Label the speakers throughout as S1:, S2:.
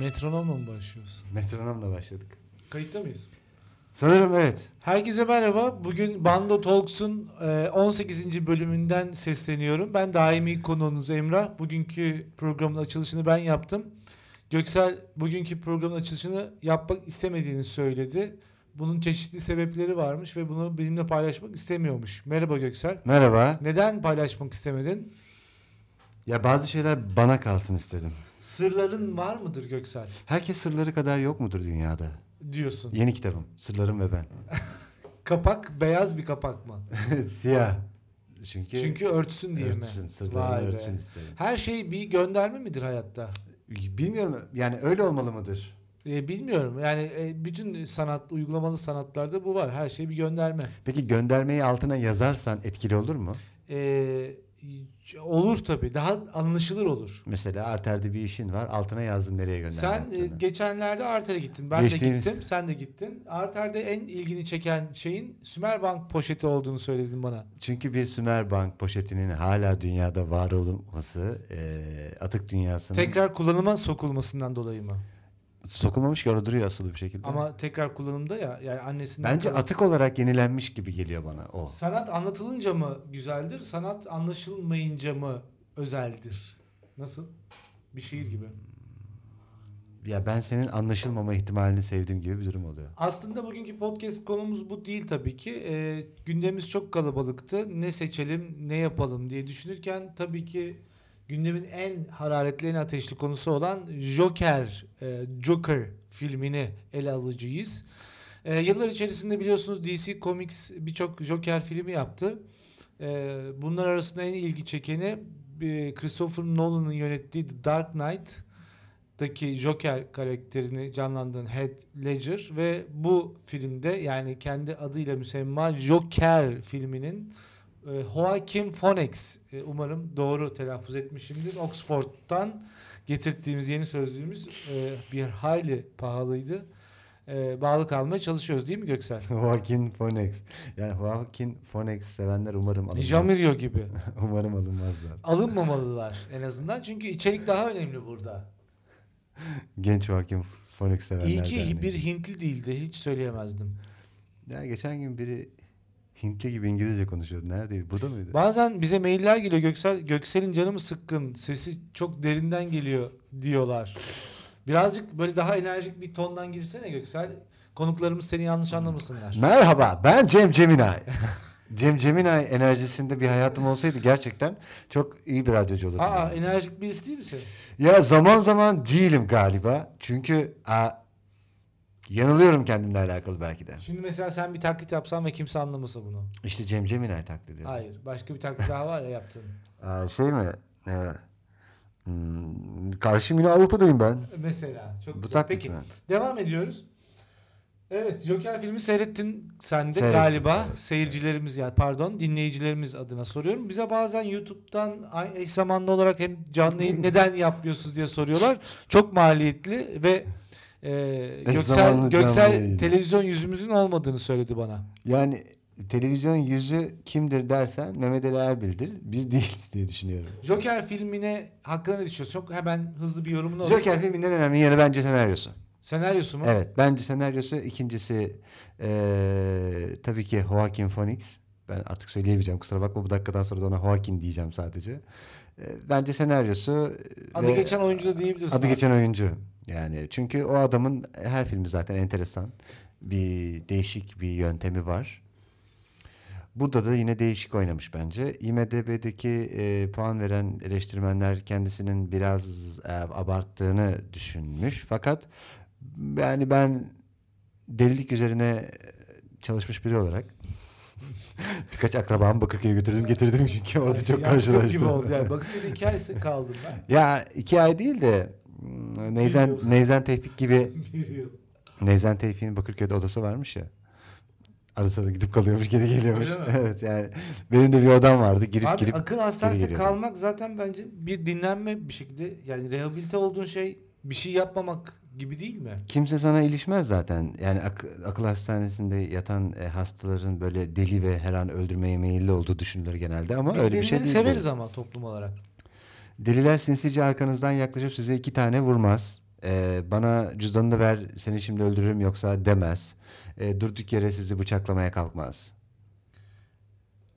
S1: Metronomla mı başlıyoruz?
S2: Metronomla başladık.
S1: Kayıtta mıyız?
S2: Sanırım evet.
S1: Herkese merhaba. Bugün Bando Talks'un e, 18. bölümünden sesleniyorum. Ben daimi konuğunuz Emrah. Bugünkü programın açılışını ben yaptım. Göksel bugünkü programın açılışını yapmak istemediğini söyledi. Bunun çeşitli sebepleri varmış ve bunu benimle paylaşmak istemiyormuş. Merhaba Göksel.
S2: Merhaba.
S1: Neden paylaşmak istemedin?
S2: Ya bazı şeyler bana kalsın istedim.
S1: Sırların var mıdır Göksel
S2: Herkes sırları kadar yok mudur dünyada?
S1: diyorsun.
S2: Yeni kitabım. Sırlarım ve ben.
S1: Kapak beyaz bir kapak mı?
S2: Siyah. Çünkü,
S1: Çünkü örtsün diye
S2: örtsün.
S1: mi?
S2: Sırlarını
S1: Vay be.
S2: örtsün istedim.
S1: Her şey bir gönderme midir hayatta?
S2: Bilmiyorum yani öyle olmalı mıdır?
S1: E, bilmiyorum. Yani e, bütün sanat, uygulamalı sanatlarda bu var. Her şey bir gönderme.
S2: Peki göndermeyi altına yazarsan etkili olur mu?
S1: E, olur tabii. Daha anlaşılır olur.
S2: Mesela arterde bir işin var. Altına yazdın nereye gönderdin?
S1: Sen e, geçenlerde Arter'e gittin. Ben
S2: Geçtiğimiz-
S1: de gittim. Sen de gittin. Arter'de en ilgini çeken şeyin Sümer Bank poşeti olduğunu söyledin bana.
S2: Çünkü bir Sümer Bank poşetinin hala dünyada var olması e, atık dünyasının
S1: Tekrar kullanıma sokulmasından dolayı mı?
S2: sokulmamış ki orada duruyor asılı bir şekilde.
S1: Ama tekrar kullanımda ya yani annesinden
S2: Bence
S1: kalan-
S2: atık olarak yenilenmiş gibi geliyor bana o.
S1: Sanat anlatılınca mı güzeldir, sanat anlaşılmayınca mı özeldir? Nasıl? Bir şiir gibi.
S2: Ya ben senin anlaşılmama ihtimalini sevdiğim gibi bir durum oluyor.
S1: Aslında bugünkü podcast konumuz bu değil tabii ki. Ee, gündemimiz çok kalabalıktı. Ne seçelim, ne yapalım diye düşünürken tabii ki gündemin en hararetli, en ateşli konusu olan Joker, e, Joker filmini ele alacağız. Ee, yıllar içerisinde biliyorsunuz DC Comics birçok Joker filmi yaptı. Ee, bunlar arasında en ilgi çekeni e, Christopher Nolan'ın yönettiği The Dark Knight. Daki Joker karakterini canlandıran Heath Ledger ve bu filmde yani kendi adıyla müsemma Joker filminin e, Joaquin Phoenix e, umarım doğru telaffuz etmişimdir. Oxford'dan getirttiğimiz yeni sözlüğümüz e, bir hayli pahalıydı. E, bağlı kalmaya çalışıyoruz değil mi Göksel?
S2: Joaquin Phoenix. Yani Joaquin Phoenix sevenler umarım alınmaz.
S1: Jamirio gibi.
S2: umarım alınmazlar.
S1: Alınmamalılar en azından çünkü içerik daha önemli burada.
S2: Genç Joaquin Phoenix sevenler.
S1: İyi ki
S2: derneği.
S1: bir Hintli değildi hiç söyleyemezdim.
S2: Ya geçen gün biri Hintli gibi İngilizce konuşuyordu. Neredeydi? Burada mıydı?
S1: Bazen bize mailler geliyor Göksel, Göksel'in canı mı sıkkın sesi çok derinden geliyor diyorlar. Birazcık böyle daha enerjik bir tondan girsene Göksel. Konuklarımız seni yanlış anlamasınlar.
S2: Merhaba ben Cem Ceminay. Cem Ceminay enerjisinde bir hayatım olsaydı gerçekten çok iyi bir radyocu olurdum.
S1: Aa
S2: yani.
S1: enerjik birisi değil misin?
S2: Ya zaman zaman değilim galiba. Çünkü aa, yanılıyorum kendimle alakalı belki de.
S1: Şimdi mesela sen bir taklit yapsan ve kimse anlamasa bunu.
S2: İşte Cem Ceminay taklidi.
S1: Hayır başka bir taklit daha var ya yaptın.
S2: Aa, şey mi? Ee, hmm, karşım yine Avrupa'dayım ben.
S1: Mesela çok
S2: Bu
S1: güzel.
S2: taklit
S1: Peki
S2: mi?
S1: devam ediyoruz. Evet Joker filmi seyrettin sen de
S2: Seyrettim,
S1: galiba seyircilerimiz ya pardon dinleyicilerimiz adına soruyorum. Bize bazen YouTube'dan ay- eş zamanlı olarak hem canlı yayın neden yapmıyorsunuz diye soruyorlar. Çok maliyetli ve e, Göksel,
S2: zamanlı canlı
S1: Göksel
S2: yayın.
S1: televizyon yüzümüzün olmadığını söyledi bana.
S2: Yani televizyon yüzü kimdir dersen Mehmet Ali Erbil'dir. Biz değiliz diye düşünüyorum.
S1: Joker filmine hakkında ne düşünüyorsun? Çok hemen hızlı bir yorumun olur.
S2: Joker filmin en önemli yanı bence senaryosu.
S1: Senaryosu mu?
S2: Evet bence senaryosu ikincisi eee, tabii ki Joaquin Phoenix. Ben artık söyleyemeyeceğim kusura bakma bu dakikadan sonra da ona Joaquin diyeceğim sadece. Eee, bence senaryosu
S1: Adı
S2: ve
S1: geçen oyuncu da diyebilirsin.
S2: adı
S1: artık.
S2: geçen oyuncu. Yani çünkü o adamın her filmi zaten enteresan bir değişik bir yöntemi var. Burada da yine değişik oynamış bence. IMDB'deki eee, puan veren eleştirmenler kendisinin biraz eee, abarttığını düşünmüş. Fakat yani ben delilik üzerine çalışmış biri olarak birkaç akrabamı Bakırköy'e götürdüm getirdim çünkü orada çok
S1: Yaptığım gibi
S2: karşılaştım.
S1: oldu yani. Bakın bir hikayesi kaldım ben.
S2: Ya iki ay değil de hmm, Neyzen,
S1: Biliyorum.
S2: Neyzen Tevfik gibi
S1: Bir yıl.
S2: Neyzen Tevfik'in Bakırköy'de odası varmış ya. Arası da gidip kalıyormuş geri geliyormuş.
S1: Öyle mi?
S2: evet yani benim de bir odam vardı girip
S1: Abi
S2: girip.
S1: akıl hastanesinde
S2: geliyorum.
S1: kalmak zaten bence bir dinlenme bir şekilde yani rehabilite olduğun şey bir şey yapmamak gibi değil mi?
S2: Kimse sana ilişmez zaten. Yani ak- akıl hastanesinde yatan e, hastaların böyle deli ve her an öldürmeye meyilli olduğu düşünülür genelde ama
S1: Biz
S2: öyle bir şey
S1: delileri
S2: değil.
S1: severiz ama toplum olarak.
S2: Deliler sinsice arkanızdan yaklaşıp size iki tane vurmaz. Ee, bana cüzdanını ver seni şimdi öldürürüm yoksa demez. Ee, durduk yere sizi bıçaklamaya kalkmaz.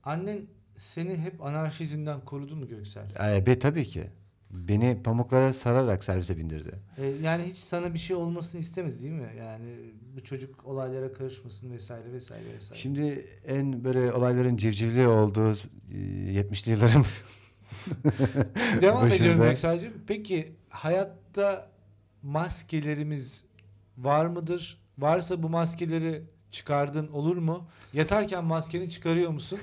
S1: Annen seni hep anarşizmden korudu mu Göksel?
S2: Ee, be tabii ki. Beni pamuklara sararak servise bindirdi.
S1: E, yani hiç sana bir şey olmasını istemedi değil mi? Yani bu çocuk olaylara karışmasın vesaire vesaire vesaire.
S2: Şimdi en böyle olayların civcivli olduğu e, 70'li yılların
S1: Devam
S2: başında-
S1: ediyorum Göksel'cim. Peki hayatta maskelerimiz var mıdır? Varsa bu maskeleri çıkardın olur mu? Yatarken maskeni çıkarıyor musun?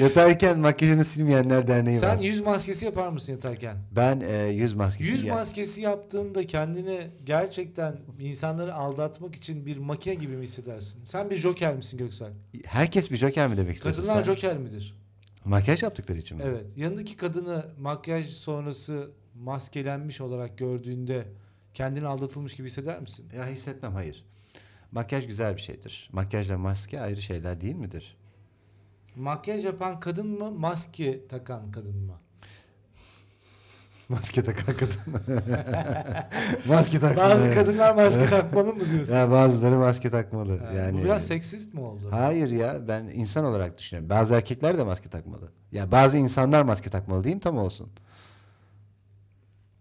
S2: yatarken makyajını silmeyenler derneği
S1: Sen
S2: var.
S1: yüz maskesi yapar mısın yatarken?
S2: Ben e, yüz maskesi
S1: Yüz
S2: ya-
S1: maskesi yaptığında kendini gerçekten insanları aldatmak için bir makine gibi mi hissedersin? Sen bir joker misin Göksel?
S2: Herkes bir joker mi demek istiyorsun
S1: Kadınlar
S2: sen? Hmm.
S1: joker midir?
S2: Makyaj yaptıkları için mi?
S1: Evet. Yanındaki kadını makyaj sonrası maskelenmiş olarak gördüğünde kendini aldatılmış gibi hisseder misin?
S2: Ya hissetmem hayır. Makyaj güzel bir şeydir. Makyajla maske ayrı şeyler değil midir?
S1: Makyaj yapan kadın mı, maske takan kadın mı?
S2: Maske takan kadın. maske taksın.
S1: Bazı
S2: evet.
S1: kadınlar maske takmalı mı diyorsun?
S2: Ya bazıları maske takmalı.
S1: Ha,
S2: yani.
S1: Bu biraz seksist mi oldu?
S2: Hayır ya ben insan olarak düşünüyorum. Bazı erkekler de maske takmalı. Ya bazı insanlar maske takmalı diyeyim tam olsun.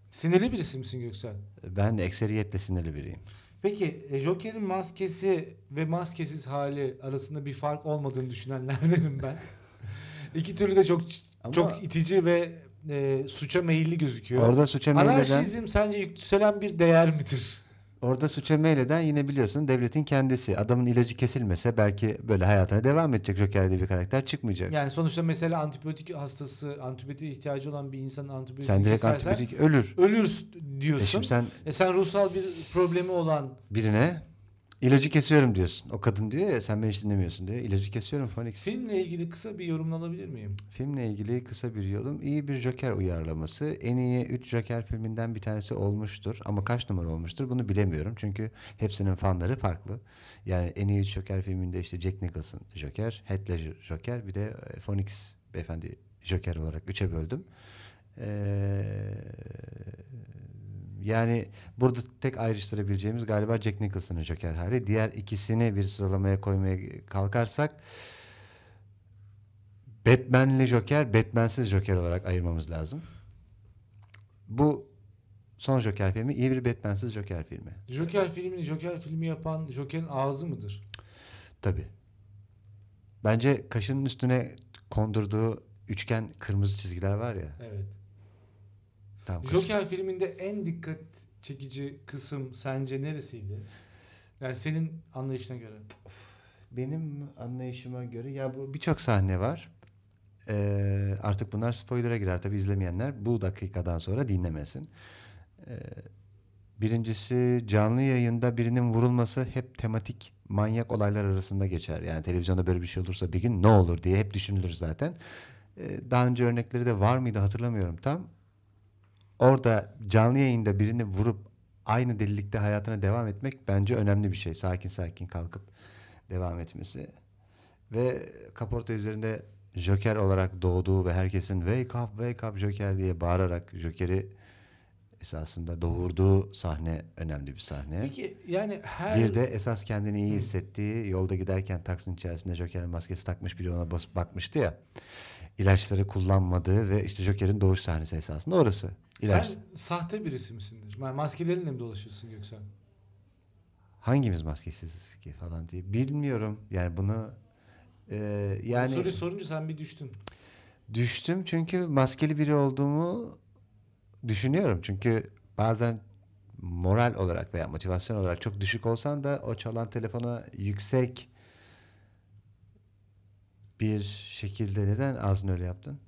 S1: Sinirli birisi misin Göksel?
S2: Ben ekseriyetle sinirli biriyim.
S1: Peki e, Joker'in maskesi ve maskesiz hali arasında bir fark olmadığını düşünenlerdenim ben. İki türlü de çok
S2: Ama-
S1: çok itici ve e, suça meyilli gözüküyor.
S2: Orada suça meyleden,
S1: Anarşizm sence yükselen bir değer midir?
S2: orada suça meyleden yine biliyorsun devletin kendisi. Adamın ilacı kesilmese belki böyle hayatına devam edecek Joker diye bir karakter çıkmayacak.
S1: Yani sonuçta mesela antibiyotik hastası, antibiyotiğe ihtiyacı olan bir insanın antibiyotik
S2: sen direkt
S1: kesersen
S2: antibiyotik ölür.
S1: ölür
S2: E
S1: diyorsun.
S2: şimdi sen
S1: E sen ruhsal bir problemi olan
S2: birine ilacı kesiyorum diyorsun. O kadın diyor ya sen beni hiç dinlemiyorsun diyor. İlacı kesiyorum Phoenix.
S1: filmle ilgili kısa bir yorum alabilir miyim?
S2: Filmle ilgili kısa bir yolum. iyi bir Joker uyarlaması. En iyi 3 Joker filminden bir tanesi olmuştur. Ama kaç numara olmuştur bunu bilemiyorum. Çünkü hepsinin fanları farklı. Yani en iyi 3 Joker filminde işte Jack Nicholson Joker, Heath Ledger Joker bir de e, Phoenix beyefendi Joker olarak 3'e böldüm. Ee, yani burada tek ayrıştırabileceğimiz galiba Jack Nicholson'ın Joker hali. Diğer ikisini bir sıralamaya koymaya kalkarsak Batman'li Joker, Batman'siz Joker olarak ayırmamız lazım. Bu son Joker filmi iyi bir Batman'siz Joker filmi.
S1: Joker filmini Joker filmi yapan Joker'in ağzı mıdır?
S2: Tabii. Bence kaşının üstüne kondurduğu üçgen kırmızı çizgiler var ya.
S1: Evet.
S2: Tamam. kaş-
S1: Joker filminde en dikkat çekici kısım sence neresiydi? Yani senin anlayışına göre.
S2: Benim anlayışıma göre ya bu birçok sahne var. Ee, artık bunlar spoiler'a girer tabii izlemeyenler bu dakikadan sonra dinlemesin. Ee, birincisi canlı yayında birinin vurulması hep tematik manyak olaylar arasında geçer. Yani televizyonda böyle bir şey olursa bir gün ne olur diye hep düşünülür zaten. Ee, daha önce örnekleri de var mıydı hatırlamıyorum tam. Orada canlı yayında birini vurup aynı delilikte hayatına devam etmek bence önemli bir şey. Sakin sakin kalkıp devam etmesi ve kaporta üzerinde Joker olarak doğduğu ve herkesin wake up wake up Joker diye bağırarak Joker'i esasında doğurduğu sahne önemli bir sahne.
S1: Peki yani her
S2: E? Bir de esas kendini iyi hissettiği yolda giderken taksin içerisinde Joker maskesi takmış biri ona basıp bakmıştı ya. İlaçları kullanmadığı ve işte Joker'in doğuş sahnesi esasında orası. İlaç.
S1: sen sahte birisi misindir? Yani maskelerinle mi dolaşırsın yoksa?
S2: Hangimiz maskesiziz ki falan diye. Bilmiyorum yani bunu e,
S1: Yani...
S2: yani
S1: Soruyu sorunca sen bir düştün.
S2: Düştüm çünkü maskeli biri olduğumu düşünüyorum. Çünkü bazen moral olarak veya motivasyon olarak çok düşük olsan da o çalan telefona yüksek bir şekilde neden ağzını öyle yaptın?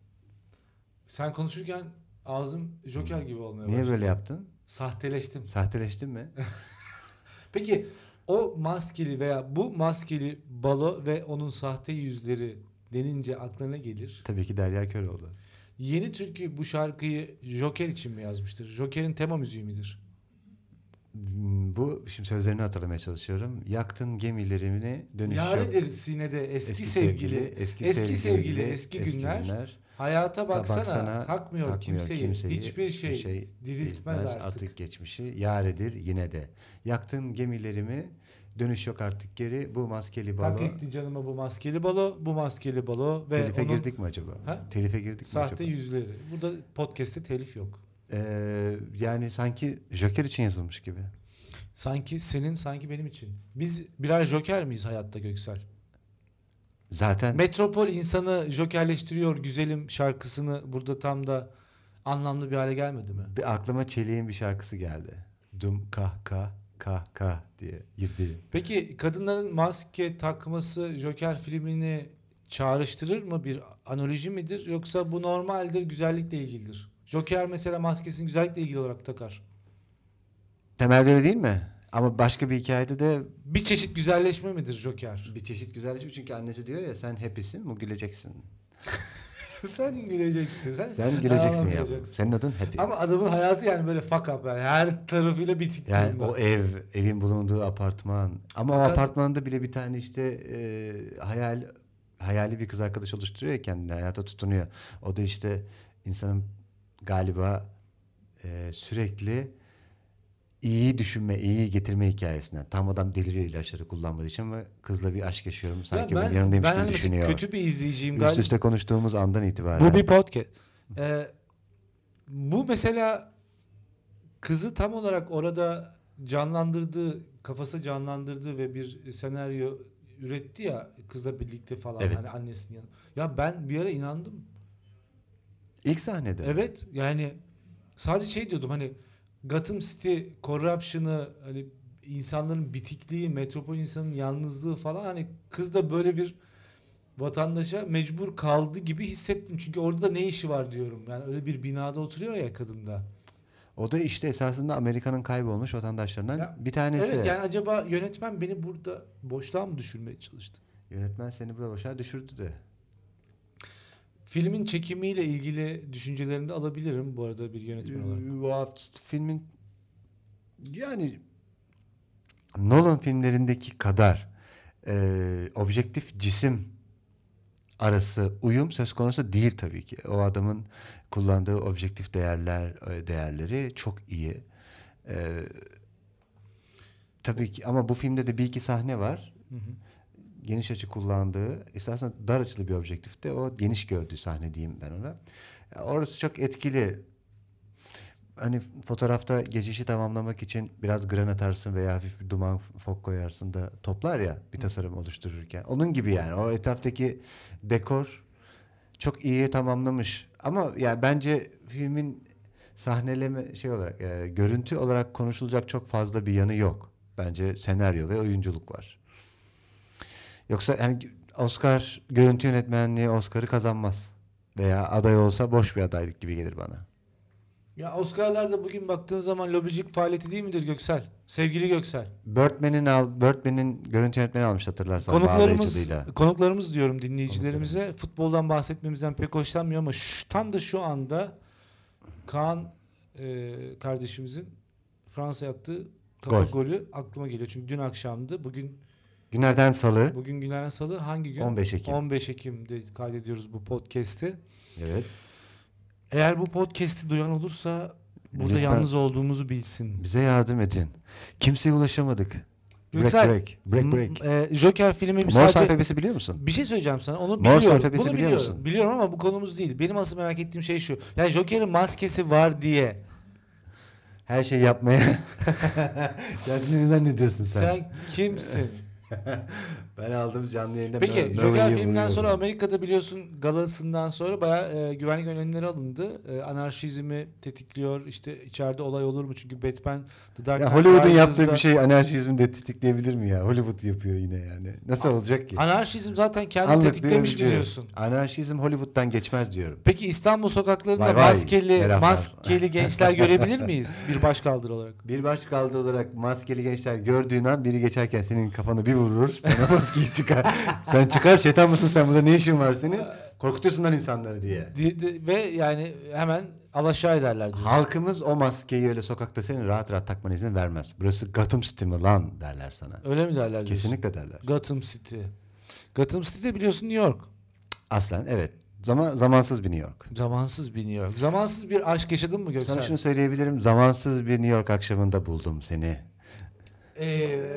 S1: Sen konuşurken ağzım Joker gibi olmaya başladı.
S2: Hmm. Niye böyle yaptın?
S1: Sahteleştim.
S2: Sahteleştin mi?
S1: Peki o maskeli veya bu maskeli balo ve onun sahte yüzleri denince aklına gelir.
S2: Tabii ki Derya Köroğlu.
S1: Yeni Türkü bu şarkıyı Joker için mi yazmıştır? Joker'in tema müziği midir?
S2: Hmm, Bu şimdi sözlerini hatırlamaya çalışıyorum. Yaktın gemilerini dönüş yok.
S1: Yaridir sinede eski, sevgili.
S2: eski,
S1: eski sevgili,
S2: sevgili,
S1: eski günler. Hayata baksana,
S2: baksana,
S1: takmıyor, kimseyi, hiçbir şey, diriltmez
S2: bilmez
S1: artık.
S2: geçmişi. Yaredir yine de. Yaktın gemilerimi, dönüş yok artık geri. Bu maskeli balo.
S1: Tak etti canıma bu maskeli balo, bu maskeli balo ve
S2: Telife
S1: onun
S2: girdik mi acaba?
S1: Ha?
S2: Telife girdik mi
S1: sahte
S2: acaba?
S1: yüzleri. Burada podcast'te telif yok.
S2: Ee, yani sanki Joker için yazılmış gibi.
S1: Sanki senin, sanki benim için. Biz birer joker miyiz hayatta Göksel?
S2: Zaten
S1: Metropol insanı jokerleştiriyor güzelim şarkısını burada tam da anlamlı bir hale gelmedi mi?
S2: bir aklıma Çelik'in bir şarkısı geldi. Dum kah kah kah kah diye girdi.
S1: Peki kadınların maske takması Joker filmini çağrıştırır mı? Bir analoji midir? Yoksa bu normaldir, güzellikle ilgilidir? Joker mesela maskesini güzellikle ilgili olarak takar.
S2: Temelde öyle değil mi? Ama başka bir hikayede de
S1: Bir çeşit güzelleşme midir Joker?
S2: bir çeşit güzelleşmiş çünkü annesi diyor ya sen happy'sin bu güleceksin.
S1: sen güleceksin. Sen,
S2: Sen güleceksin
S1: Tamam,
S2: ya.
S1: güleceksin.
S2: Senin adın happy.
S1: Ama adamın hayatı yani böyle fuck up yani her tarafıyla bitik
S2: yani
S1: durumda.
S2: o ev, evin bulunduğu apartman. Ama o
S1: Fakat-
S2: apartmanda bile bir tane işte e, hayal hayali bir kız arkadaş oluşturuyor ya kendini hayata tutunuyor. O da işte insanın galiba e, sürekli iyi düşünme, iyi getirme hikayesinden. Tam adam deliriyor ilaçları kullanmadığı için ve kızla bir aşk yaşıyorum sanki ben, yanındaymış
S1: hani
S2: gibi
S1: mesela
S2: düşünüyor.
S1: kötü bir izleyiciyim
S2: Üst
S1: galiba.
S2: üste konuştuğumuz andan itibaren.
S1: Bu bir podcast. Ee, bu mesela kızı tam olarak orada canlandırdığı, kafası canlandırdığı ve bir senaryo üretti ya kızla birlikte falan
S2: Evet.
S1: hani annesinin yanında. Ya ben bir ara inandım.
S2: İlk sahnede.
S1: Evet yani sadece şey diyordum hani Gotham City corruption'ı hani insanların bitikliği, metropol insanın yalnızlığı falan hani kız da böyle bir vatandaşa mecbur kaldı gibi hissettim. Çünkü orada da ne işi var diyorum. Yani öyle bir binada oturuyor ya kadında.
S2: O da işte esasında Amerika'nın kaybolmuş vatandaşlarından
S1: Ya,
S2: bir tanesi.
S1: Evet yani acaba yönetmen beni burada boşluğa mı düşürmeye çalıştı?
S2: Yönetmen seni burada başa düşürdü de.
S1: Filmin çekimiyle ilgili düşüncelerini de alabilirim bu arada bir
S2: Ee,
S1: yönetmen olarak.
S2: Bu hafta filmin yani Nolan filmlerindeki kadar e, objektif cisim arası uyum söz konusu değil tabii ki. O adamın kullandığı objektif değerler e, değerleri çok iyi. E, tabii ki ama bu filmde de bir iki sahne var.
S1: Hı hı.
S2: geniş açı kullandığı esasında dar açılı bir objektifte o geniş gördüğü sahne diyeyim ben ona. Ya Orası çok etkili. Hani fotoğrafta geçişi tamamlamak için biraz gran atarsın veya hafif bir duman fok koyarsın da toplar ya bir tasarım oluştururken. Onun gibi yani o etraftaki dekor çok iyi tamamlamış. Ama ya bence filmin sahneleme şey olarak e, görüntü olarak konuşulacak çok fazla bir yanı yok. Bence senaryo ve oyunculuk var. Yoksa yani Oscar görüntü yönetmenliği Oscar'ı kazanmaz. Veya aday olsa boş bir adaylık gibi gelir bana.
S1: Ya Oscar'larda bugün baktığın zaman lobicilik faaliyeti değil midir Göksel? Sevgili Göksel.
S2: Birdman'in al, Birdman'in görüntü yönetmeni almış hatırlarsan
S1: konuklarımız
S2: bağlayıcılığıyla.
S1: konuklarımız diyorum dinleyicilerimize futboldan bahsetmemizden pek hoşlanmıyor ama şu, tam da şu anda Kaan e, kardeşimizin Fransa'ya attığı kafa
S2: Gol.
S1: golü aklıma geliyor. Çünkü dün akşamdı. Bugün
S2: Günlerden Salı.
S1: bugün günlerden salı hangi gün?
S2: 15 Ekim.
S1: 15 Ekim'de kaydediyoruz bu podcast'i.
S2: Evet.
S1: Eğer bu podcast'i duyan olursa burada
S2: Lütfen.
S1: yalnız olduğumuzu bilsin.
S2: Bize yardım edin. Kimseye ulaşamadık. Break
S1: Göksel,
S2: break. Break break.
S1: m- e, Joker filmi bir
S2: Mor
S1: sadece-
S2: alfabesi biliyor musun?
S1: Bir şey söyleyeceğim sana. Onu
S2: Morse
S1: biliyorum. Bunu
S2: alfabesi
S1: biliyorum.
S2: biliyor musun?
S1: Biliyorum ama bu konumuz değil. Benim asıl merak ettiğim şey şu. Yani Joker'in maskesi var diye
S2: Her şeyi yapmaya. Kendini zannediyorsun sen.
S1: sen kimsin?
S2: Ben aldım canlı yayında.
S1: Peki
S2: Mer-
S1: Joker
S2: Merve'yi
S1: filminden sonra
S2: vuruyorum.
S1: Amerika'da biliyorsun galasından sonra bayağı e, güvenlik önlemleri alındı. E, anarşizmi tetikliyor. İşte içeride olay olur mu? Çünkü Batman The Dark
S2: Ya
S1: Knight
S2: Hollywood'un
S1: Rises'da-
S2: yaptığı bir şey anarşizmi de tetikleyebilir mi ya? Hollywood yapıyor yine yani. Nasıl olacak ki?
S1: Anarşizm zaten kendi
S2: Anlık bir
S1: tetiklemiş
S2: övücü.
S1: biliyorsun.
S2: Anarşizm Hollywood'dan geçmez diyorum.
S1: Peki İstanbul sokaklarında
S2: Vay vay,
S1: maskeli
S2: meraklar.
S1: maskeli gençler görebilir miyiz bir başkaldır olarak?
S2: Bir başkaldı olarak maskeli gençler gördüğün an biri geçerken senin kafanı bir vurur. Sana maskeyi çıkar. sen çıkar şeytan mısın sen burada ne işin var senin? Korkutuyorsun lan insanları diye.
S1: Di- di- ve yani hemen alaşağı ederler diyorsun.
S2: Halkımız o maskeyi öyle sokakta senin rahat rahat takmana izin vermez. Burası Gotham City mi lan derler sana.
S1: Öyle mi derler diyorsun?
S2: Kesinlikle derler.
S1: Gotham City. Gotham City de biliyorsun New York.
S2: Aslen evet. Zaman zamansız bir New York.
S1: Zamansız bir New York. Zamansız bir aşk yaşadın mı Göksel?
S2: Sana şunu söyleyebilirim. Zamansız bir New York akşamında buldum seni.
S1: Ee,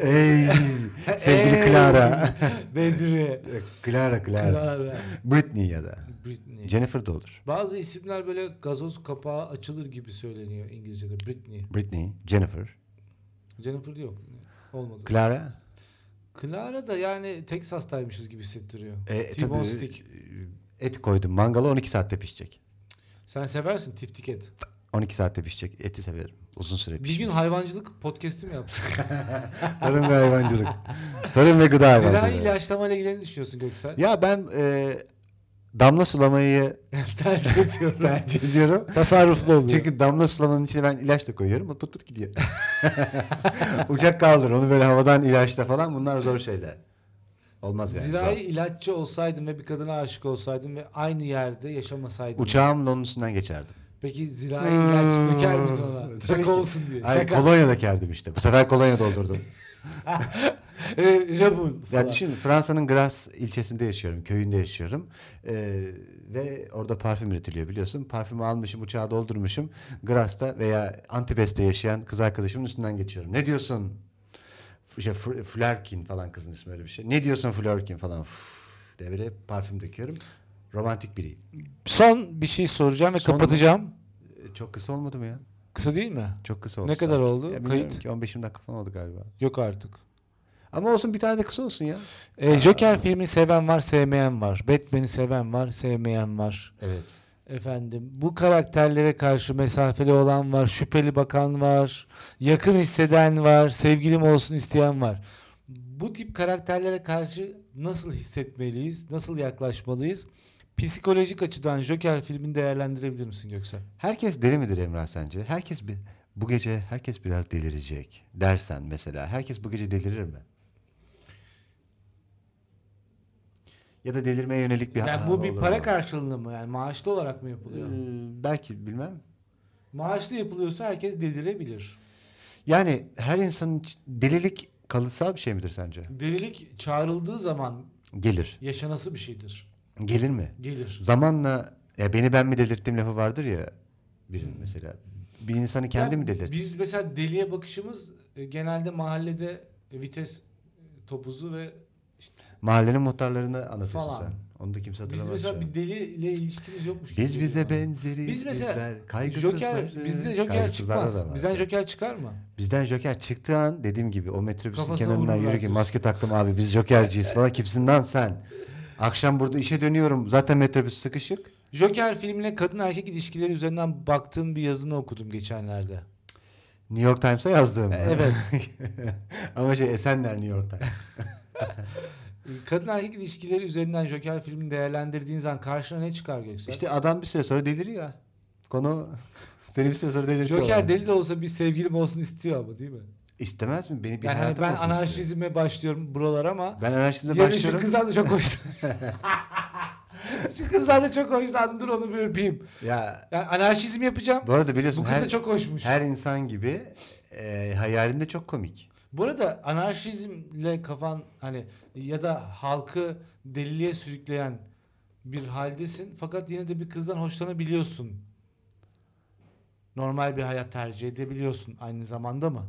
S2: Ey sevgili
S1: ey,
S2: Clara.
S1: Bedri.
S2: Clara Clara.
S1: Clara.
S2: Britney ya da.
S1: Britney.
S2: Jennifer de olur.
S1: Bazı isimler böyle gazoz kapağı açılır gibi söyleniyor İngilizce'de. Britney.
S2: Britney, Jennifer,
S1: Jennifer yok. Olmadı.
S2: Clara.
S1: Clara da yani Texas'taymışız gibi hissettiriyor.
S2: E,
S1: T-bone
S2: tabii,
S1: stick.
S2: e, Et koydum mangala 12 saatte pişecek.
S1: Sen seversin tiftik et.
S2: 12 saatte pişecek. Eti severim. Uzun süre
S1: Bir
S2: pişecek.
S1: gün hayvancılık podcast'i mi yaptık?
S2: Tarım ve hayvancılık. Tarım ve gıda
S1: Zirai
S2: hayvancılığı.
S1: ilaçlamayla ilgili düşünüyorsun Göksel?
S2: Ya ben e, damla sulamayı
S1: Tercih ediyorum.
S2: tercih ediyorum.
S1: Tasarruflu oluyor.
S2: Çünkü damla sulamanın içine ben ilaç da koyuyorum. Pıt pıt gidiyor. Uçak kaldır. Onu böyle havadan ilaçla falan. Bunlar zor şeyler. Olmaz yani.
S1: Zirai
S2: Zor.
S1: ilaççı olsaydım ve bir kadına aşık olsaydım ve aynı yerde yaşamasaydınız.
S2: Uçağımla onun üstünden geçerdim.
S1: Peki zirai ilaç döker miydin ona?
S2: Tabii
S1: Şaka
S2: ki.
S1: olsun diye.
S2: Hayır,
S1: Şaka.
S2: kolonya dökerdim işte. Bu sefer kolonya doldurdum.
S1: Re- Rebel falan.
S2: Ya düşün Fransa'nın Gras ilçesinde yaşıyorum, köyünde yaşıyorum. Ee, ve orada parfüm üretiliyor biliyorsun. Parfümü almışım, uçağa doldurmuşum. Gras'ta veya Antibes'te yaşayan kız arkadaşımın üstünden geçiyorum. Ne diyorsun? F- Şey, F- Flerkin falan kızın ismi öyle bir şey. Ne diyorsun Flerkin falan? F- diye böyle parfüm döküyorum. Romantik biriyim.
S1: Son bir şey soracağım ve
S2: Son mu?
S1: kapatacağım.
S2: Ee, Çok kısa olmadı mı ya?
S1: Kısa değil mi?
S2: Çok kısa
S1: Ne
S2: oldu.
S1: kadar oldu?
S2: Ya bilmiyorum
S1: Kayıt?
S2: ki, 15-20 dakika falan oldu galiba.
S1: Yok artık.
S2: Ama olsun bir tane de kısa olsun ya.
S1: Ee, Joker filmi seven var, sevmeyen var. Batman'i seven var, sevmeyen var.
S2: Evet.
S1: Efendim bu karakterlere karşı mesafeli olan var, şüpheli bakan var, yakın hisseden var, sevgilim olsun isteyen var. Bu tip karakterlere karşı nasıl hissetmeliyiz, nasıl yaklaşmalıyız? Psikolojik açıdan Joker filmini değerlendirebilir misin Göksel?
S2: Herkes deli midir Emrah sence? Herkes bir, bu gece herkes biraz delirecek dersen mesela. Herkes bu gece delirir mi? Ya da delirmeye yönelik bir...
S1: yani
S2: Aa,
S1: bu bir
S2: olur
S1: para
S2: mu?
S1: karşılığında mı? Yani maaşlı olarak mı yapılıyor?
S2: Ee, belki bilmem.
S1: Maaşlı yapılıyorsa herkes delirebilir.
S2: Yani her insanın iç- delilik kalıtsal bir şey midir sence?
S1: Delilik çağrıldığı zaman
S2: Gelir.
S1: yaşanası bir şeydir.
S2: Gelir mi?
S1: Gelir.
S2: Zamanla ya beni ben mi delirttim lafı vardır ya birinin mesela. Bir insanı kendi
S1: Ya
S2: mi delirtir?
S1: Biz mesela deliye bakışımız e, genelde mahallede e, vites e, topuzu ve işte
S2: Mahallenin muhtarlarını anlatıyorsun
S1: Falan.
S2: sen. Onu da kimse
S1: biz
S2: hatırlamaz. şu
S1: mesela
S2: an.
S1: bir deliyle ilişkimiz yokmuş gibi.
S2: Biz bize
S1: geliyor
S2: benzeriz.
S1: Biz mesela
S2: bizler
S1: bana.
S2: kaygısızlar.
S1: Joker, bizde Joker
S2: Kaygısızlarda da
S1: çıkmaz.
S2: var.
S1: Bizden Joker çıkar mı?
S2: Bizden Joker çıktığı an dediğim gibi o metrobüsün
S1: Kafasına
S2: kenarından
S1: vururlar
S2: yürü ki
S1: diyorsun.
S2: maske taktım abi biz Jokerciyiz falan kimsin lan sen? Akşam burada işe dönüyorum zaten metrobüs sıkışık.
S1: Joker filmine kadın erkek ilişkileri üzerinden baktığın bir yazını okudum geçenlerde.
S2: New York Times'a yazdım.
S1: E, Evet.
S2: Ama şey Esenler New York Times.
S1: E, Kadın erkek ilişkileri üzerinden Joker filmini değerlendirdiğin zaman karşına ne çıkar Göksel?
S2: işte adam bir süre sonra deliriyor. Konu seni bir süre sonra delirtiyor.
S1: Joker deli de olsa bir sevgilim olsun istiyor ama değil mi?
S2: İstemez mi? Beni bir
S1: Yani hani
S2: hayatım
S1: ben
S2: olsun istiyor.
S1: anarşizme başlıyorum buralar ama
S2: Ben anarşizme
S1: yarın şu
S2: başlıyorum.
S1: kızdan da çok hoşlandım. şu kızdan da çok hoşlandım dur onu bir öpeyim.
S2: Ya
S1: Yani anarşizm yapacağım.
S2: bu arada biliyorsun
S1: Bu kız
S2: her,
S1: da çok hoşmuş.
S2: her insan gibi e, hayalinde çok komik.
S1: Bu arada anarşizmle kafan hani ya da halkı deliliğe sürükleyen bir haldesin fakat yine de bir kızdan hoşlanabiliyorsun. Normal bir hayat tercih edebiliyorsun aynı zamanda mı?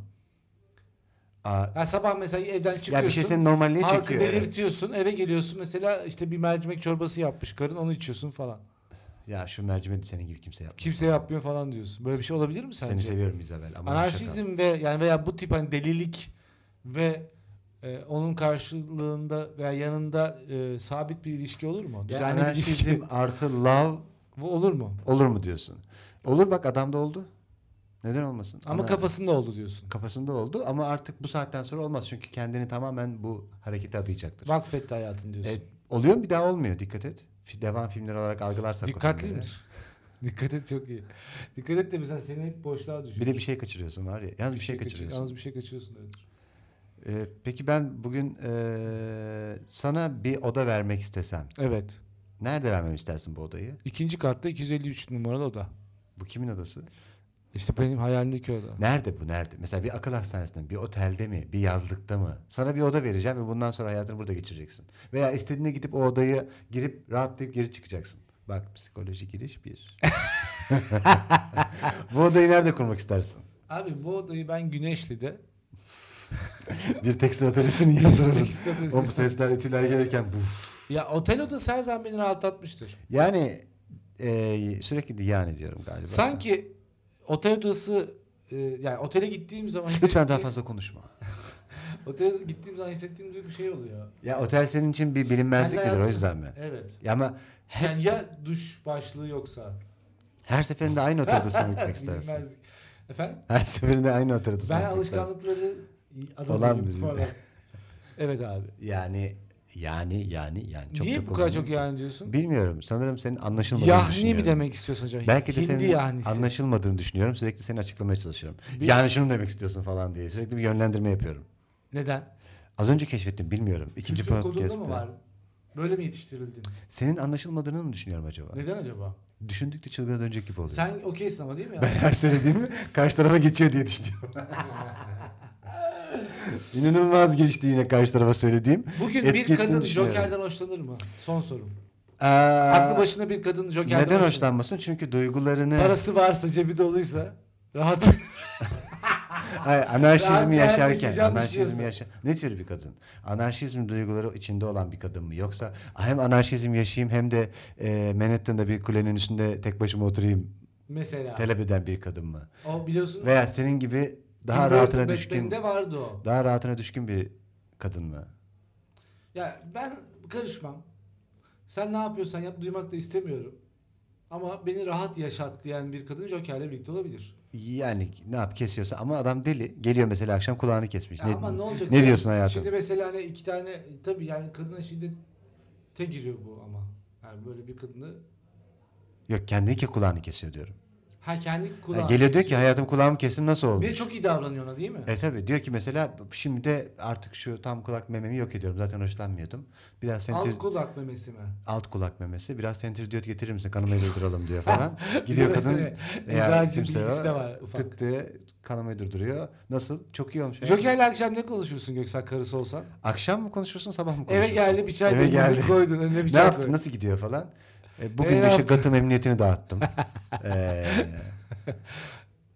S2: Aa,
S1: Yani sabah mesela evden çıkıyorsun.
S2: ya bir şey seni normalliğe
S1: Halkı
S2: çekiyor.
S1: delirtiyorsun eve geliyorsun mesela işte bir mercimek çorbası yapmış karın onu içiyorsun falan.
S2: Ya şu mercimeği senin gibi kimse yapmıyor.
S1: Kimse yapmıyor falan diyorsun. Böyle bir şey olabilir mi sence?
S2: Seni seviyorum şey İzabel. Ama
S1: Anarşizm ve yani veya bu tip hani delilik ve e, onun karşılığında veya yanında e, sabit bir ilişki olur mu? Düzenli hani bir şey-
S2: anarşizm
S1: ilişki
S2: artı love
S1: bu olur mu?
S2: olur mu diyorsun? Olur bak adamda oldu. Neden olmasın?
S1: Ama
S2: Ana-
S1: kafasında oldu diyorsun.
S2: kafasında oldu ama artık bu saatten sonra olmaz çünkü kendini tamamen bu harekete adayacaktır.
S1: Vakfetti hayatın diyorsun.
S2: E, oluyor mu bir daha olmuyor dikkat et. Fi- Devam filmleri olarak algılarsak. o
S1: Dikkatli
S2: filmleri.
S1: misin? Dikkat et çok iyi. Dikkat et de mesela seni hep boşluğa düşürür.
S2: Bir de bir şey kaçırıyorsun var ya. Yalnız bir, şey,
S1: kaçır-
S2: kaçırıyorsun.
S1: Yalnız bir şey kaçırıyorsun. öyledir.
S2: E, peki ben bugün e, sana bir oda vermek istesem.
S1: Evet.
S2: Nerede vermemi istersin bu odayı?
S1: İkinci katta 253 numaralı oda.
S2: Bu kimin odası?
S1: İşte benim hayalimdeki oda.
S2: Nerede bu nerede? Mesela bir akıl hastanesinde mi, bir otelde mi, bir yazlıkta mı? Sana bir oda vereceğim ve bundan sonra hayatını burada geçireceksin. Veya istediğine gidip o odaya girip rahatlayıp geri çıkacaksın. Bak psikoloji giriş bir. Bu odayı nerede kurmak istersin?
S1: Abi bu odayı ben Güneşli'de
S2: Bir tekstil atölyesinin yanında.
S1: Tekstil atölyesi.
S2: o bu sesler ütüler gelirken buf.
S1: ya otel odası her zaman beni rahatlatmıştır.
S2: Yani e, sürekli de yani diyorum galiba.
S1: Sanki otel odası e, yani otele gittiğim zaman
S2: Lütfen daha
S1: hissettiğim-
S2: fazla konuşma.
S1: Otele gittiğim zaman hissettiğim duygu şey oluyor.
S2: Ya otel senin için bir bilinmezlik
S1: Kendi
S2: midir o
S1: hayatım-
S2: yüzden mi?
S1: Evet.
S2: Ya ama hep,
S1: Yani ya duş başlığı yoksa.
S2: her seferinde aynı otel odasına mı gitmek istersin.
S1: Bilinmez- Efendim?
S2: Her seferinde aynı otel odasına
S1: Ben
S2: gitmek istersin.
S1: alışkanlıkları
S2: Falan
S1: adam değilim
S2: biriyim.
S1: falan. Evet abi.
S2: Yani yani yani yani. Çok
S1: Niye
S2: çok
S1: bu kadar
S2: kullanıyorum.
S1: çok yani diyorsun?
S2: Bilmiyorum. Sanırım senin anlaşılmadığını
S1: Yahni mi
S2: düşünüyorum.
S1: demek istiyorsun hocam?
S2: Belki de
S1: Hindi
S2: senin
S1: yahnisi.
S2: anlaşılmadığını düşünüyorum. Sürekli seni açıklamaya çalışıyorum.
S1: Bir-
S2: Yani şunu demek istiyorsun falan diye. Sürekli bir yönlendirme yapıyorum.
S1: Neden?
S2: Az önce keşfettim bilmiyorum. İkinci
S1: Kültür okulunda mı
S2: podcast'te.
S1: var? Böyle mi yetiştirildin?
S2: Senin anlaşılmadığını mı düşünüyorum acaba?
S1: Neden acaba?
S2: Düşündükçe çılgına dönecek gibi oluyor.
S1: Sen okeysin ama değil mi? ya?
S2: Ben her söylediğimi karşı tarafa geçiyor diye düşünüyorum. İnanılmaz geçti yine karşı tarafa söylediğim.
S1: Bugün
S2: Etkilediğini
S1: bir kadın
S2: düşünüyorum.
S1: Joker'den hoşlanır mı? Son sorum.
S2: Ee,
S1: Aklı başında bir kadın Joker'den
S2: neden
S1: hoşlanır mı?
S2: hoşlanmasın? Çünkü duygularını
S1: Parası varsa, cebi doluysa rahat.
S2: Hayır,
S1: Rahat
S2: anarşizmi
S1: bir hayat
S2: yaşarken,
S1: yaşayacağını
S2: anarşizmi
S1: düşünüyorsun.
S2: yaşa ne tür bir kadın? Anarşizm duyguları içinde olan bir kadın mı? Yoksa hem anarşizm yaşayayım hem de e, Manhattan'da bir kulenin üstünde tek başıma oturayım
S1: Mesela.
S2: talep eden bir kadın mı?
S1: O biliyorsun.
S2: Veya senin gibi daha
S1: Tim
S2: rahatına
S1: Burton
S2: düşkün,
S1: Batman'de vardı o.
S2: daha rahatına düşkün bir kadın mı?
S1: Ya ben karışmam. Sen ne yapıyorsan yap duymak da istemiyorum. Ama beni rahat yaşat diyen bir kadın Joker'le birlikte olabilir.
S2: Yani ne yap kesiyorsa ama adam deli. Geliyor mesela akşam kulağını kesmiş.
S1: Ya
S2: ne,
S1: ama ne olacak?
S2: ne
S1: sen-
S2: diyorsun hayatım?
S1: Şimdi mesela hani iki tane tabii yani kadına şiddete giriyor bu ama. Yani böyle bir kadını
S2: Yok kendi ki kulağını kesiyor diyorum.
S1: ha kendi
S2: Yani
S1: kulağı.
S2: geliyor diyor ki hayatım kulağımı kesim nasıl olmuş?
S1: Bir de çok iyi davranıyor ona değil mi?
S2: E tabi diyor ki mesela şimdi de artık şu tam kulak mememi yok ediyorum. Zaten hoşlanmıyordum. Biraz sentir
S1: Alt
S2: alt,
S1: kulak memesi mi?
S2: kulak memesi. Biraz sentir diyor getirir misin kanamayı durduralım diyor falan. Gidiyor kadın. veya
S1: Mizacı
S2: kimse
S1: bilgisi
S2: o,
S1: de var ufak.
S2: Tık diye kanamayı durduruyor. Nasıl? Çok iyi olmuş.
S1: Joker'le akşam ne konuşursun Göksel karısı olsan?
S2: Akşam mı konuşursun sabah mı
S1: Eve
S2: konuşursun?
S1: geldi bir çay
S2: Eve geldi.
S1: demledin koydun. Önüne bir
S2: Ne
S1: çay
S2: yaptın?
S1: koydun.
S2: Nasıl gidiyor falan. E, bugün
S1: E, ne
S2: de işte
S1: yaptın?
S2: Gotham emniyetini dağıttım. e,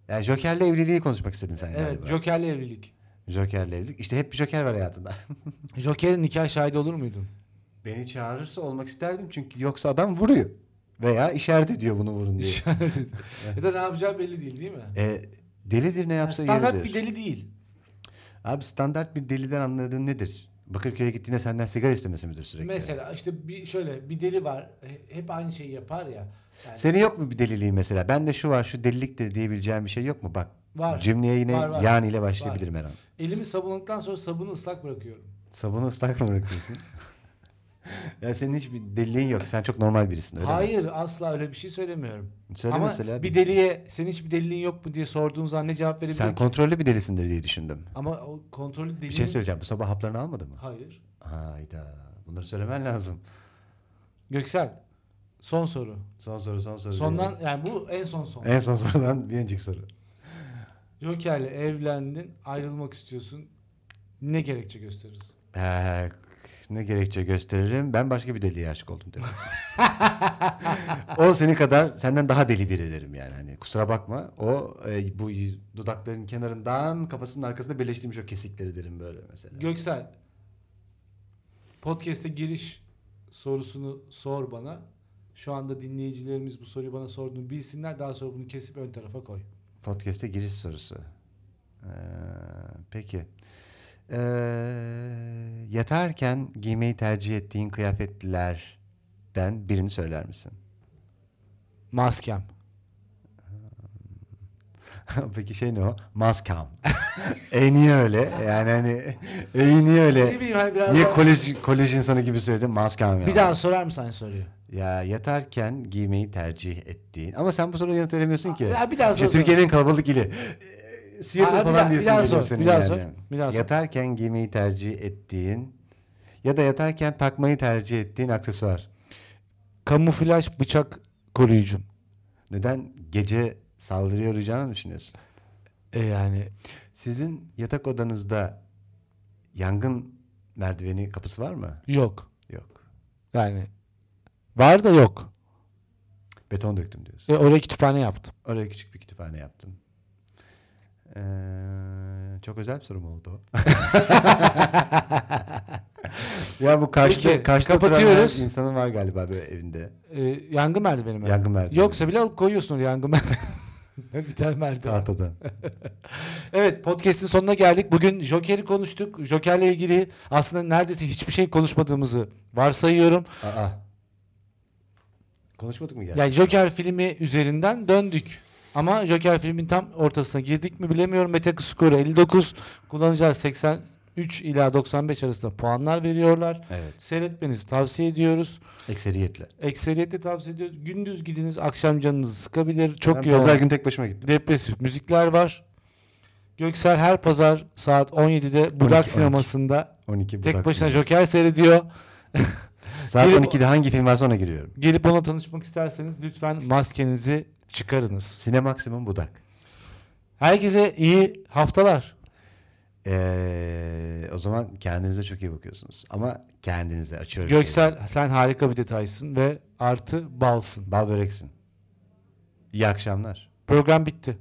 S2: yani Joker'le evliliği konuşmak istedin sen
S1: Evet
S2: galiba.
S1: Joker'le evlilik.
S2: Joker'le evlilik. İşte hep bir Joker var hayatında.
S1: Joker'in nikah şahidi olur muydun?
S2: Beni çağırırsa olmak isterdim çünkü yoksa adam vuruyor. Veya işaret ediyor bunu vurun diye.
S1: ya da ne yapacağı belli değil değil mi?
S2: E, delidir ne yapsa
S1: Standart
S2: yeridir.
S1: bir deli değil.
S2: Abi standart bir deliden anladığın nedir? Bakırköy'e gittiğinde senden sigara istemesi midir sürekli?
S1: Mesela işte bir şöyle bir deli var. he- Hep aynı şeyi yapar ya. Yani
S2: Senin yok mu bir deliliğin mesela? Bende şu var şu delilik de diyebileceğim bir şey yok mu? Bak
S1: Var.
S2: cümleye yine
S1: Var, var.
S2: yani ile başlayabilirim her an.
S1: elimi sabunladıktan sonra sabunu ıslak bırakıyorum.
S2: Sabunu ıslak mı bırakıyorsun? ya senin hiçbir deliliğin yok. Sen çok normal birisin öyle mi?
S1: Hayır asla öyle bir şey söylemiyorum.
S2: Söyle
S1: Ama
S2: mesela.
S1: bir deliye senin hiçbir deliliğin yok mu diye sorduğun zaman ne cevap verebilirim?
S2: Sen
S1: ki?
S2: kontrollü bir delisindir diye düşündüm.
S1: Ama o kontrollü deli.
S2: Bir şey söyleyeceğim. Bu sabah haplarını almadı mı?
S1: Hayır.
S2: Hayda. Bunları söylemen lazım.
S1: Göksel son soru.
S2: Son soru son soru.
S1: Sondan yani bu en son son.
S2: En son sorudan bir önceki soru.
S1: Joker'le evlendin, ayrılmak istiyorsun. Ne gerekçe gösterirsin?
S2: Ee, ne gerekçe gösteririm? Ben başka bir deliye aşık oldum derim. o seni kadar senden daha deli biri derim yani. Hani kusura bakma. O e, bu y- dudakların kenarından kafasının arkasında birleştirmiş o kesikleri derim böyle mesela.
S1: Göksel podcast'e giriş sorusunu sor bana. Şu anda dinleyicilerimiz bu soruyu bana sorduğunu bilsinler. Daha sonra bunu kesip ön tarafa koy.
S2: Podcast'e giriş sorusu. Ee, peki. Ee, yatarken giymeyi tercih ettiğin kıyafetlerden birini söyler misin?
S1: Maskem.
S2: Peki şey ne o? Maskam. e niye öyle? Yani hani e niye
S1: Ne
S2: öyle?
S1: bileyim hani biraz
S2: Niye
S1: daha-
S2: kolej, kolej insanı gibi söyledin? Maskam ya.
S1: Bir daha sorar mısın aynı soruyu?
S2: Ya yatarken giymeyi tercih ettiğin. Ama sen bu soruya yanıt veremiyorsun ki.
S1: Ya bir daha
S2: İşte
S1: sor.
S2: Türkiye'nin kalabalık ili. E, Seattle
S1: Aa, bir
S2: falan
S1: daha-
S2: diyesin
S1: bir daha
S2: geliyor
S1: sor,
S2: senin
S1: bir daha
S2: yani.
S1: sor, bir daha sor.
S2: Yatarken giymeyi tercih ettiğin ya da yatarken takmayı tercih ettiğin aksesuar.
S1: Kamuflaj bıçak koruyucum.
S2: Neden gece saldırıya uğrayacağını mı düşünüyorsun?
S1: E yani
S2: Sizin yatak odanızda yangın merdiveni kapısı var mı?
S1: yok.
S2: Yok.
S1: Yani var da yok.
S2: Beton döktüm diyorsun.
S1: Ve oraya kütüphane yaptım.
S2: Oraya küçük bir kütüphane yaptım. Ee, çok özel bir soru mu oldu? o? ya bu karşıda,
S1: Peki,
S2: karşıda duran
S1: kapatıyoruz.
S2: insanın var galiba böyle evinde.
S1: Ee, yangın merdiveni mi?
S2: Yangın merdiveni.
S1: Yoksa bile alıp koyuyorsun oraya yangın merdiveni. bir tane merdiven.
S2: Tahtadan.
S1: Evet podcast'in sonuna geldik. Bugün Joker'i konuştuk. Joker'le ilgili aslında neredeyse hiçbir şey konuşmadığımızı varsayıyorum.
S2: Aa. Konuşmadık mı gerçekten?
S1: Yani Joker filmi üzerinden döndük. Ama Joker filmin tam ortasına girdik mi bilemiyorum. Metascore 59, kullanıcılar 83 ila 95 arasında puanlar veriyorlar.
S2: Evet.
S1: Seyretmenizi tavsiye ediyoruz.
S2: Ekseriyetle.
S1: Ekseriyetle tavsiye ediyoruz. Gündüz gidiniz, akşam canınızı sıkabilir. Çok
S2: ben
S1: yoğun.
S2: pazar gün tek başıma gittim.
S1: depresif müzikler var. Göksel her pazar saat 17'de Budak
S2: 12.
S1: sinemasında
S2: 12
S1: tek
S2: Budak
S1: başına
S2: filmi.
S1: Joker seyrediyor.
S2: Saat
S1: Gelip-
S2: 12'de hangi film varsa ona giriyorum.
S1: Gelip ona tanışmak isterseniz lütfen maskenizi çıkarınız.
S2: Sine Maksimum Budak.
S1: Herkese iyi haftalar.
S2: Ee, o zaman kendinize çok iyi bakıyorsunuz. Ama kendinize açıyorum.
S1: Göksel sen harika bir detaysın ve artı balsın.
S2: Bal böreksin. İyi akşamlar.
S1: Program bitti.